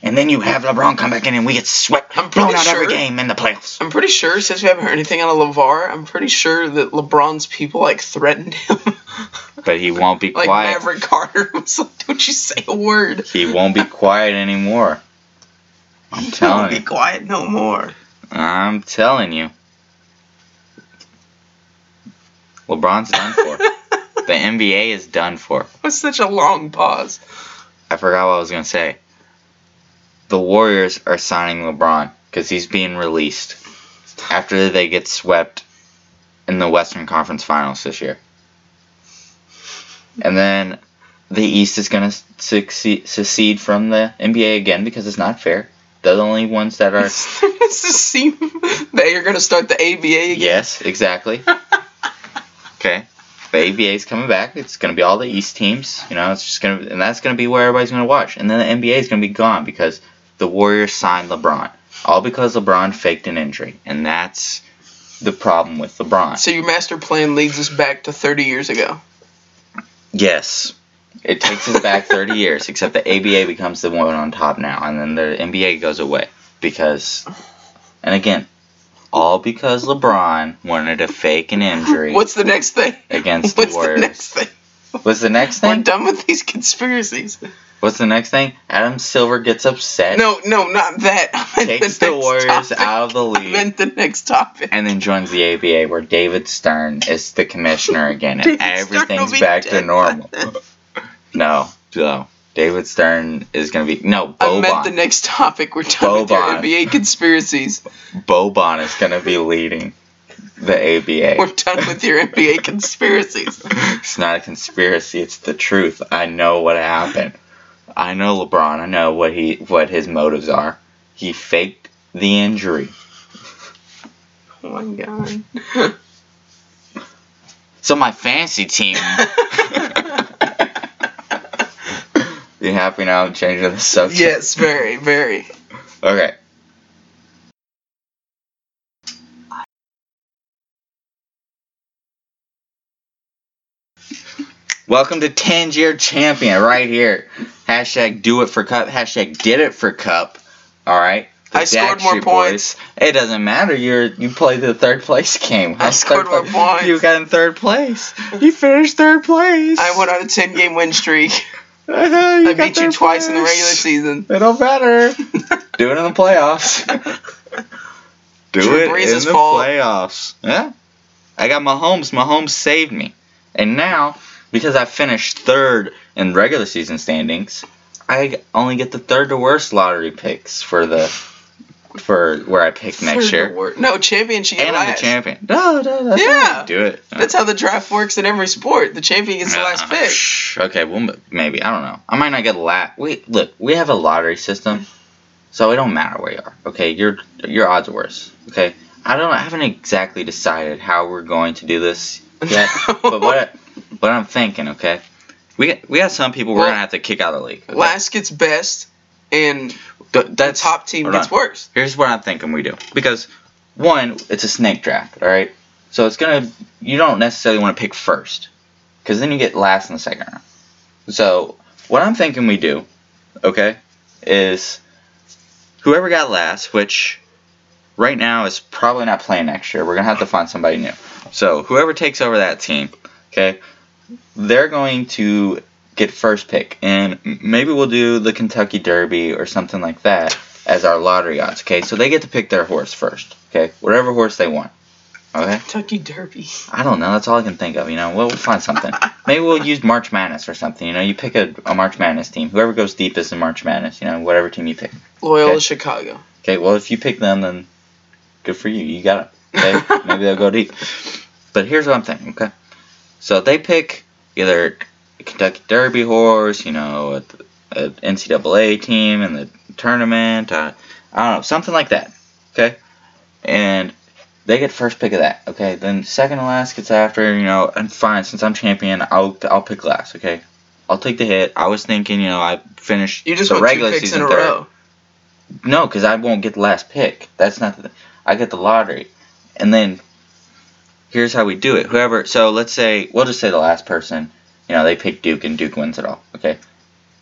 A: And then you have LeBron come back in and we get swept,
B: I'm
A: blown
B: pretty
A: out every
B: sure-
A: game in the playoffs.
B: I'm pretty sure since we haven't heard anything out of LeVar, I'm pretty sure that LeBron's people like threatened him. *laughs*
A: But he won't be
B: like
A: quiet.
B: Maverick Carter *laughs* was like, "Don't you say a word."
A: He won't be quiet anymore. I'm
B: Don't
A: telling
B: be
A: you.
B: quiet no more.
A: I'm telling you. LeBron's done for.
B: *laughs*
A: the NBA is done for.
B: was such a long pause.
A: I forgot what I was gonna say. The Warriors are signing LeBron because he's being released after they get swept in the Western Conference Finals this year, and then the East is gonna succeed, secede from the NBA again because it's not fair. They're the only ones that are.
B: *laughs* this is seem that you're gonna start the ABA again.
A: yes, exactly. Okay. The ABA's coming back. It's gonna be all the East teams. You know, it's just gonna, and that's gonna be where everybody's gonna watch. And then the NBA is gonna be gone because the Warriors signed LeBron, all because LeBron faked an injury, and that's the problem with LeBron.
B: So your master plan leads us back to 30 years ago.
A: Yes, it takes us back 30 years, except the ABA becomes the one on top now, and then the NBA goes away because, and again, all because LeBron wanted to fake an
B: *laughs*
A: injury
B: What's the next thing?
A: against
B: *laughs*
A: the
B: What's the
A: Warriors.
B: next thing?
A: What's the next
B: We're
A: thing?
B: done with these conspiracies.
A: What's the next thing? Adam Silver gets upset,
B: No, *laughs* no, not that. *laughs* I meant
A: takes the
B: next
A: Warriors
B: topic.
A: out of
B: *laughs*
A: the
B: I
A: league,
B: meant the next topic. *laughs*
A: and then joins the ABA where David Stern is the commissioner again, and
B: *laughs* David Stern will
A: everything's
B: be
A: back to
B: dead by *laughs*
A: normal.
B: then.
A: No, no. David Stern is gonna be no
B: I meant the
A: Boban.
B: next topic. We're done with your
A: Boban.
B: NBA conspiracies.
A: Boban is gonna be leading the
B: We're
A: ABA.
B: done with your NBA conspiracies.
A: It's not a conspiracy. It's the truth. I know what happened. I know LeBron. I know what he what his motives are. He faked the injury.
B: Oh my god.
A: So my fancy team. *laughs* you happy now? I'm changing the subject.
B: Yes, very, very.
A: Okay. Welcome to Tangier Champion right here. Hashtag do it for cup. Hashtag did it for cup. All right. The
B: I scored more
A: Backstreet
B: points.
A: Boys. It doesn't matter. You're you played the third place game.
B: I
A: How's
B: scored
A: third
B: more
A: pla-
B: points.
A: You got in third place. You finished third place.
B: I went on a 10 game win streak.
A: Uh-huh,
B: I
A: got
B: beat you
A: third
B: twice in the
A: place.
B: regular season.
A: It don't matter. *laughs* Do it in the playoffs. Do
B: Drew
A: it
B: Brees'
A: in the
B: fault.
A: playoffs. Yeah. I got Mahomes. Mahomes saved me. And now, because I finished third in regular season standings, I only get the third to worst lottery picks for the for where I pick next
B: Third
A: year.
B: wor- No, championship.
A: And I'm the
B: last.
A: champion. No, no, that's how
B: Yeah.
A: you do it.
B: That's how the draft works in every sport. The champion gets the
A: Nah,
B: last pick.
A: shh, Okay, well, m- maybe I don't know. I might not get la. We look, we have a lottery system, so it don't matter where you are. Okay, your your odds are worse. Okay, I don't. I haven't exactly decided how we're going to do this
B: *laughs*
A: yet. but what what I'm thinking, okay, we got- we got some people we're
B: Well,
A: gonna have to kick out of the league. okay?
B: Last gets best, and
A: Th-
B: the
A: that's
B: top team
A: hold
B: gets
A: on.
B: worst.
A: Here's what I'm thinking we do because one, it's a snake draft. All right, so it's gonna you don't necessarily want to pick first because then you get last in the second round. So what I'm thinking we do, okay, is whoever got last, which right now is probably not playing next year. We're gonna have to find somebody new. So whoever takes over that team, okay, they're going to get first pick, and m- maybe we'll do the Kentucky Derby or something like that as our lottery odds. Okay, so they get to pick their horse first. Okay, whatever horse they want. Okay, *laughs*
B: Kentucky Derby.
A: I don't know. That's all I can think of. You know, we'll, we'll find something. Maybe we'll use March Madness or something. You know, you pick a, a March Madness team. Whoever goes deepest in March Madness, you know, whatever team you pick.
B: Loyola
A: Okay.
B: Chicago.
A: Okay, well if you pick them, then good for you. You got it.
B: *laughs*
A: Okay, maybe they'll go deep. But here's what I'm thinking. Okay, so they pick either a Kentucky Derby horse, you know, a, a NCAA team in the tournament. Uh, I don't know, something like that. Okay, and they get first pick of that. Okay, then second to last gets after. You know, and fine. Since I'm champion, I'll I'll pick last. Okay. I'll take the hit. I was thinking, you know, I finished
B: You just
A: the
B: won
A: regular
B: two picks
A: season
B: in a
A: third.
B: row.
A: No, because I won't get the last pick. That's not the. I get the lottery, and then here's how we do it. Whoever. So let's say we'll just say the last person. You know, they pick Duke and Duke wins it all. Okay.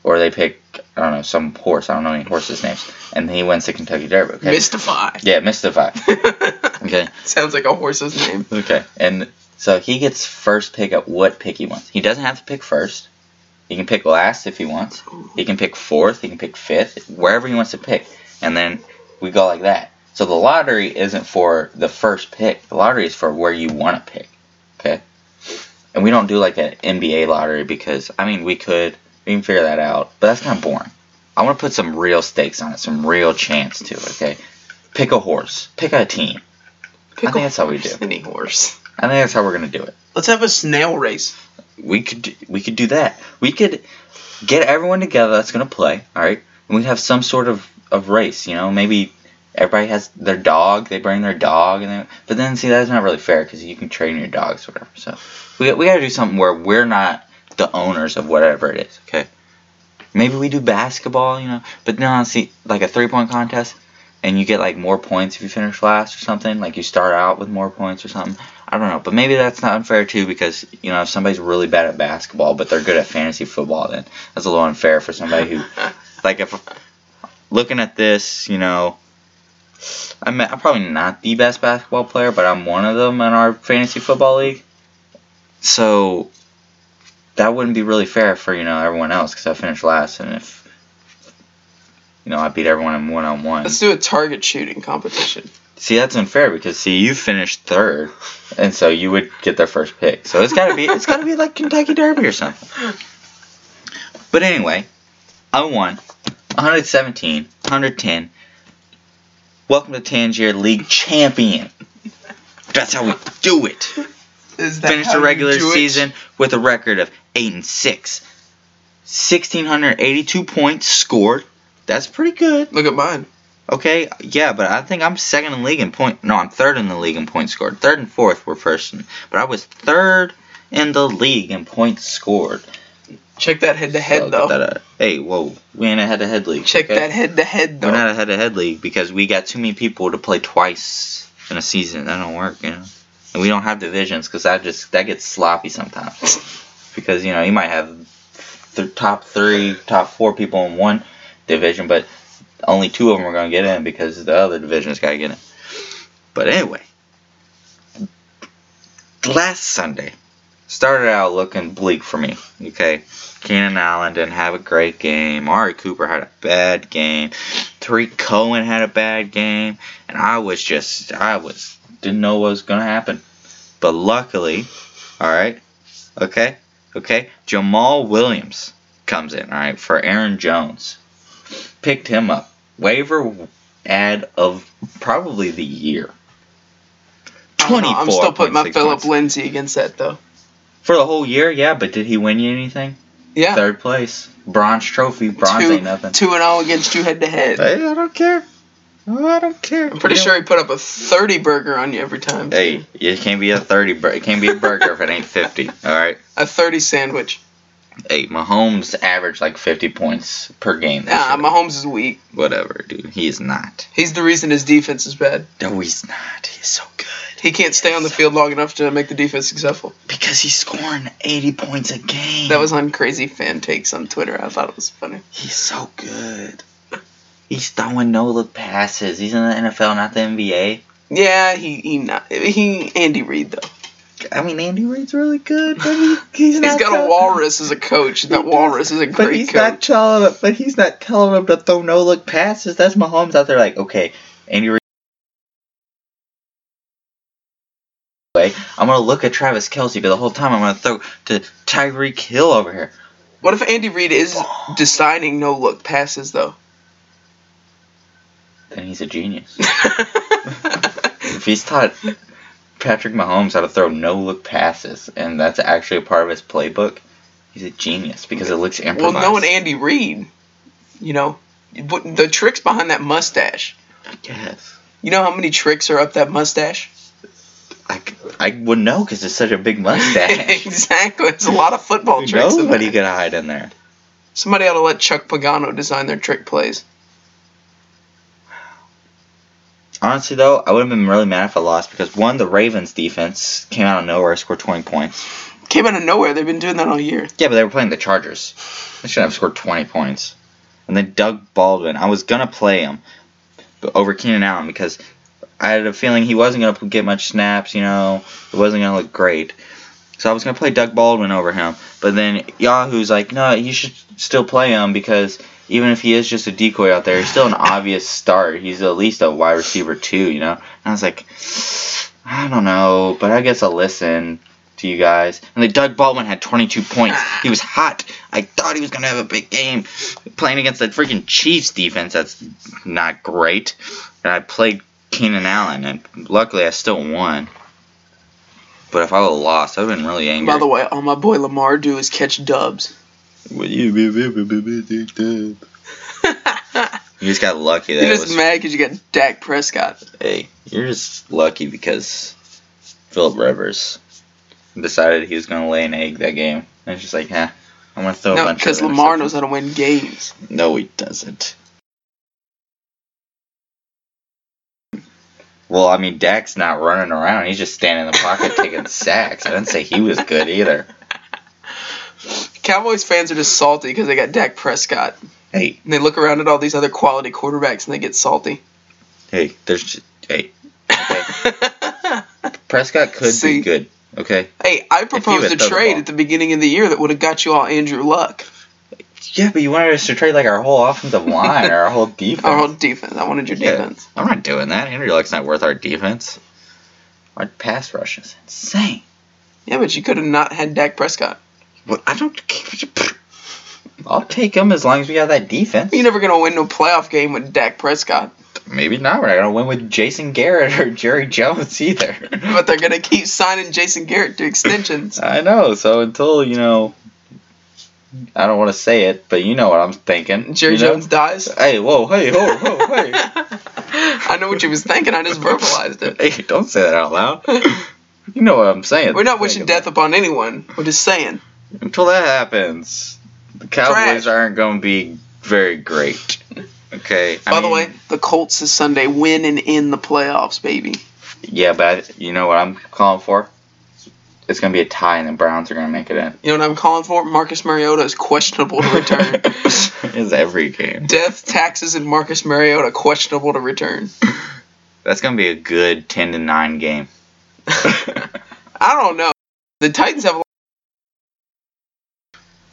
A: Or they pick I don't know some horse. I don't know any horses' names, and he wins the Kentucky Derby. Okay.
B: Mystify.
A: yeah, Mystify. Okay.
B: *laughs* Sounds like a horse's name.
A: Okay. And so he gets first pick at what pick he wants. He doesn't have to pick first. He can pick last if he wants. He can pick fourth. He can pick fifth. Wherever he wants to pick. And then we go like that. So the lottery isn't for the first pick. The lottery is for where you want to pick. Okay. And we don't do like an NBA lottery because I mean we could we can figure that out, but that's kind of boring. I want to put some real stakes on it, some real chance to it. Okay. Pick a horse. Pick a team.
B: Pick
A: I think
B: a
A: that's how we
B: horse,
A: do.
B: Any horse.
A: I think that's how we're gonna do it.
B: Let's have a snail race.
A: we could do- we could do that. We could get everyone together that's gonna play, all right, and we'd have some sort of of race. You know, maybe everybody has their dog. They bring their dog, and then, but then see that's not really fair because you can train your dogs or whatever. So we we gotta do something where we're not the owners of whatever it is. Okay, maybe we do basketball. You know, but no, see like a three point contest. And you get like more points if you finish last or something. Like you start out with more points or something. I don't know, but maybe that's not unfair too because you know if somebody's really bad at basketball but they're good at fantasy football, then that's a little unfair for somebody who like if looking at this, you know, I'm I'm probably not the best basketball player, but I'm one of them in our fantasy football league, so that wouldn't be really fair for you know everyone else because I finished last and if you know I beat everyone in one on one.
B: *laughs* Let's do a target shooting competition.
A: See, that's unfair because see, you finished third, and so you would get their first pick. So it's gotta be it's gotta be like Kentucky Derby or something. But anyway, I won 117, 110. Welcome to Tangier League Champion. That's how we do it.
B: Is that
A: Finish
B: how
A: the
B: you
A: regular
B: do it?
A: season with a record of eight and six. 1682 points scored. That's pretty good.
B: Look at mine.
A: Okay, yeah, but I think I'm second in the league in point. No, I'm third in the league in points scored. Third and fourth were first, in- but I was third in the league in points scored.
B: Check that head to
A: So
B: head
A: get
B: though.
A: that out. hey, whoa, we ain't a head-to-head league.
B: Check
A: okay?
B: that head to head
A: We're
B: though.
A: not a head-to-head league because we got too many people to play twice in a season. That don't work, you know. And we don't have divisions because that just that gets sloppy sometimes. *laughs* because you know you might have th- top three, top four people in one division, but only two of them are going to get in because the other division's got to get in. But anyway, last Sunday started out looking bleak for me. Okay, Keenan Allen didn't have a great game. Amari Cooper had a bad game. Tariq Cohen had a bad game, and I was just I was didn't know what was going to happen. But luckily, all right, okay, okay, Jamal Williams comes in, all right, for Aaron Jones. Picked him up. Waiver ad of probably the year.
B: I don't know. I'm still putting my
A: 24.6
B: Philip
A: points.
B: Lindsay against that though.
A: For the whole year, yeah, but did he win you anything?
B: Yeah.
A: Third place. Bronze trophy. Bronze
B: two,
A: ain't nothing.
B: Two and zero against you head to head.
A: Hey, I don't care. I don't care.
B: I'm pretty sure he put up a thirty burger on you every time.
A: Hey, it can't be a thirty. Bur- it can't be a burger if it ain't fifty. All right.
B: A thirty sandwich.
A: Hey, Mahomes averaged like fifty points per game. this
B: Nah,
A: year.
B: Mahomes is weak.
A: Whatever, dude. He is not.
B: He's the reason his defense is bad.
A: No, he's not. He's so good
B: He can't stay on the field long enough to make the defense successful.
A: because he's scoring eighty points a game.
B: That was on crazy fan takes on Twitter. I thought it was funny.
A: He's so good. He's throwing no look passes. He's in the NFL, not the NBA.
B: Yeah, he he not he Andy Reid though.
A: I mean, Andy Reid's really good, but he, he's not.
B: He's got a
A: the- *laughs*
B: walrus as a coach. and That
A: does,
B: walrus is a
A: But
B: great
A: he's not
B: coach.
A: telling him. But he's not telling him to throw no look passes. That's Mahomes out there like, okay, Andy Reid. Way, I'm gonna look at Travis Kelsey, but the whole time I'm gonna throw to Tyreek Hill over here.
B: What if Andy Reid is designing no look passes though? *laughs*
A: Then he's a genius. if he's taught Patrick Mahomes how to throw no look passes, and that's actually a part of his playbook, he's a genius because it looks
B: well,
A: improvised.
B: knowing Andy Reid, you know, what- the tricks behind that mustache.
A: yes.
B: You know how many tricks are up that mustache? *laughs*
A: I, c- I would know because it's such a big mustache.
B: *laughs* exactly. It's a lot of football tricks. in
A: Nobody
B: there.
A: could hide in there.
B: Somebody ought to let Chuck Pagano design their trick plays.
A: Honestly, though, I would have been really mad if I lost because one, the Ravens defense came out of nowhere, scored 20 points.
B: Came out of nowhere. They've been doing that all year.
A: Yeah, but they were playing the Chargers. They should have scored 20 points. And then Doug Baldwin, I was gonna play him, but over Keenan Allen because I had a feeling he wasn't gonna get much snaps. You know, it wasn't gonna look great. So I was gonna play Doug Baldwin over him, but then Yahoo's like, no, you should still play him because even if he is just a decoy out there, he's still an obvious start. He's at least a wide receiver too, you know. And I was like, I don't know, but I guess I'll listen to you guys. And then Doug Baldwin had 22 points. He was hot. I thought he was gonna have a big game, playing against the freaking Chiefs defense. That's not great. And I played Keenan Allen, and luckily I still won. But if I would have lost, I would have been really angry.
B: By the way, all my boy Lamar do is catch dubs. *laughs*
A: You just got lucky that
B: You're
A: it
B: just
A: was.
B: mad because you got Dak Prescott.
A: hey, you're just lucky because Philip Rivers decided he was gonna lay an egg that game, and it's just like, huh, I'm gonna throw a
B: No,
A: bunch. of
B: because Lamar
A: interceptions.
B: knows how to win games.
A: No, he doesn't. Well, I mean, Dak's not running around. He's just standing in the
B: *laughs*
A: pocket taking sacks. I didn't say he was good either.
B: Cowboys fans are just salty because they got Dak Prescott.
A: Hey,
B: And they look around at all these other quality quarterbacks and they get salty.
A: hey, there's j- hey. Okay.
B: *laughs*
A: Prescott could
B: See?
A: be good. Okay.
B: Hey, I proposed
A: would
B: a
A: throw the
B: trade
A: ball.
B: at the beginning of the year that would have got you all Andrew Luck.
A: Yeah, but you wanted us to trade like our whole offensive *laughs* line or our whole defense.
B: Our whole Oh, defense. I wanted your
A: Yeah.
B: defense.
A: I'm not doing that. Andrew Luck's not worth our defense. Our pass rush is insane.
B: Yeah, but you could have not had Dak Prescott.
A: Well, I don't. I'll take him as long as we have that defense.
B: You're never gonna win no playoff game with Dak Prescott,
A: Maybe not. We're not gonna win with Jason Garrett or Jerry Jones *laughs* either.
B: but they're gonna keep signing Jason Garrett to extensions.
A: I know. So until you know, I don't want to say it, but you know what I'm thinking. *laughs*
B: Jerry
A: you know?
B: Jones dies.
A: Hey, whoa, hey, whoa, whoa, hey.
B: *laughs* I know what you was thinking. I just verbalized it.
A: hey, don't say that out loud. You know what I'm saying.
B: We're not
A: Think
B: wishing
A: about
B: death upon anyone. We're just saying.
A: it. until that happens. The Cowboys
B: Trash.
A: aren't gonna be very great. Okay. I
B: By the
A: mean,
B: way, the Colts this Sunday win and in the playoffs, baby.
A: Yeah, but I- you know what I'm calling for? it's gonna be a tie, and the Browns are gonna make it in.
B: You know what I'm calling for? Marcus Mariota is questionable to return.
A: *laughs* it's every game.
B: Death, taxes, and Marcus Mariota questionable to return.
A: That's gonna be a good ten to nine
B: *laughs*
A: game. *laughs*
B: I don't know. The Titans have. a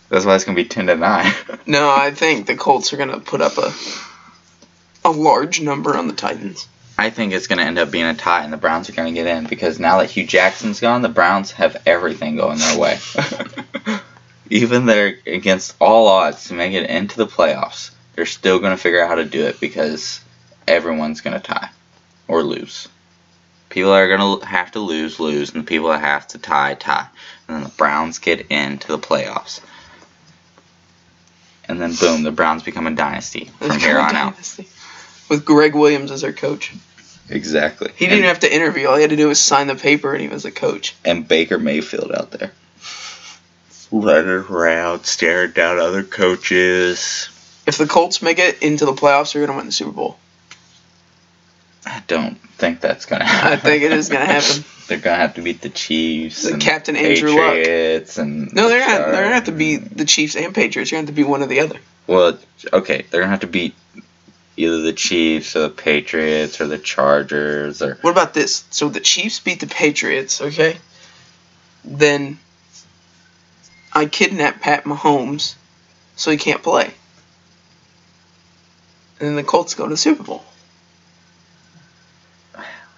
A: That's why it's gonna be ten to nine. *laughs*
B: No, I think the Colts are gonna put up a a large number on the Titans.
A: I think it's gonna end up being a tie, and the Browns are gonna get in because now that Hugh Jackson's gone, the Browns have everything going their way. Even they're against all odds to make it into the playoffs. They're still gonna figure out how to do it because everyone's gonna tie or lose. People that are gonna l- have to lose lose, and the people that have to tie tie, and then the Browns get into the playoffs. And then boom, the Browns become a dynasty from here on out.
B: Dynasty. With Greg Williams as their coach.
A: Exactly.
B: He didn't even have to interview. All he had to do was sign the paper, and he was a coach.
A: and Baker Mayfield out there. Running around, staring down other coaches.
B: If the Colts make it into the playoffs, they're gonna win the Super Bowl.
A: I don't think that's gonna happen.
B: I think it is gonna happen.
A: *laughs* They're gonna have to beat the Chiefs,
B: The
A: and
B: Captain Andrew Luck.
A: Patriots, and
B: No,
A: the
B: they're not. They're gonna have to
A: Chargers.
B: beat the Chiefs and Patriots. You're gonna have to beat one or the other.
A: Well, okay, they're gonna have to beat either the Chiefs or the Patriots or the Chargers or
B: What about this? So the Chiefs beat the Patriots, okay? Then I kidnap Pat Mahomes so he can't play. And then the Colts go to the Super Bowl. *laughs*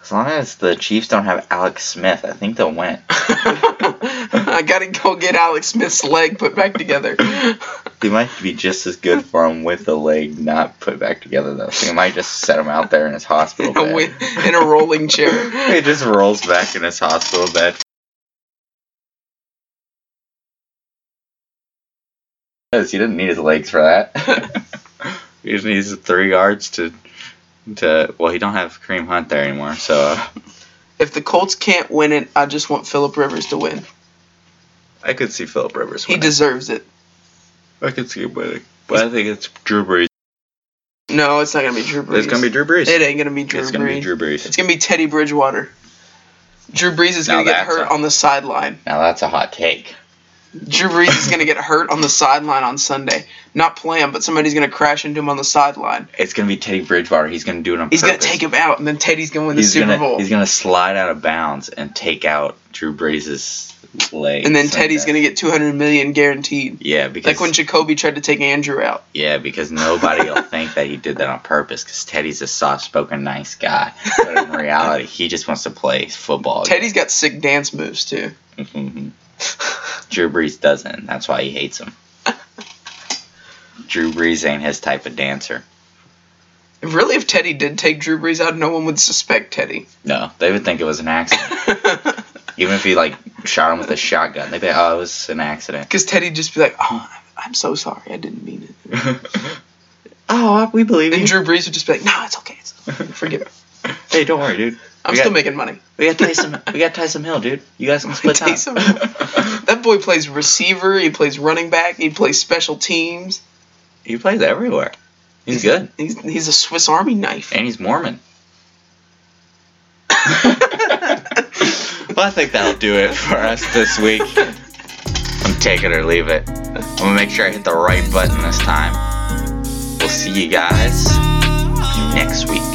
A: as long as the Chiefs don't have Alex Smith, I think they'll win.
B: I gotta go get Alex Smith's leg put back together. *laughs*
A: He might be just as good for him with the leg not put back together though. So he might just set him out there in his
B: *laughs*
A: hospital
B: in, a,
A: bed.
B: wi- in a rolling chair.
A: he just rolls back in his hospital bed. Yes, He didn't need his legs for that. *laughs* he just needs the three yards to, to. Well, he don't have Kareem Hunt there anymore, so uh,
B: If the Colts can't win it, I just want Philip Rivers to win.
A: I could see Philip Rivers
B: He
A: winning.
B: deserves it.
A: I could see him winning, but I think it's Drew Brees.
B: No, it's not gonna be Drew Brees.
A: It's gonna be Drew Brees.
B: It ain't gonna be Drew
A: it's gonna
B: Brees.
A: be Drew Brees.
B: It's gonna be Teddy Bridgewater. Drew Brees is
A: Now
B: gonna get
A: that's
B: hurt
A: a-
B: on the sideline.
A: Now that's a hot take.
B: Drew Brees is gonna get hurt on the sideline on Sunday. Not playing, but somebody's gonna crash into him on the sideline.
A: It's gonna be Teddy Bridgewater. He's gonna do it on
B: He's
A: purpose.
B: gonna take him out, and then Teddy's gonna win the
A: he's
B: Super
A: gonna,
B: Bowl.
A: He's gonna slide out of bounds and take out Drew Brees' leg.
B: And then Teddy's gonna get 200 million guaranteed.
A: Yeah, because
B: Like when Jacoby tried to take Andrew out.
A: yeah, because nobody will think that he did that on purpose. Because Teddy's a soft-spoken, nice guy, but in reality, he just wants to play football.
B: Teddy's got sick dance moves too.
A: Mhm. *laughs* Drew Brees doesn't. and That's why he hates him. Drew Brees ain't his type of dancer.
B: Really, if Teddy did take Drew Brees out, no one would suspect
A: *laughs*
B: Teddy. *laughs*
A: No, they would think it was an accident. Even if he like shot him with a shotgun, they'd be like, "Oh, it was an accident."
B: Because Teddy'd just be like, "Oh, I'm- I'm so sorry, I didn't mean it."
A: *laughs* oh, we believe
B: And Drew Brees would just be like, "No, it's okay, it's okay. forgive it.
A: Hey, don't worry, dude.
B: I'm
A: We
B: still
A: got-
B: making money."
A: We got Tyson. we got Tyson Hill, dude. You guys can split time.
B: Taysom That boy plays receiver. He plays running back. He plays special teams.
A: *laughs* he plays everywhere. He's good,
B: He's, he's a Swiss Army knife.
A: and he's Mormon. well, I think that'll do it for us this week. I'm taking or leave it. I'm gonna make sure I hit the right button this time. We'll see you guys next week.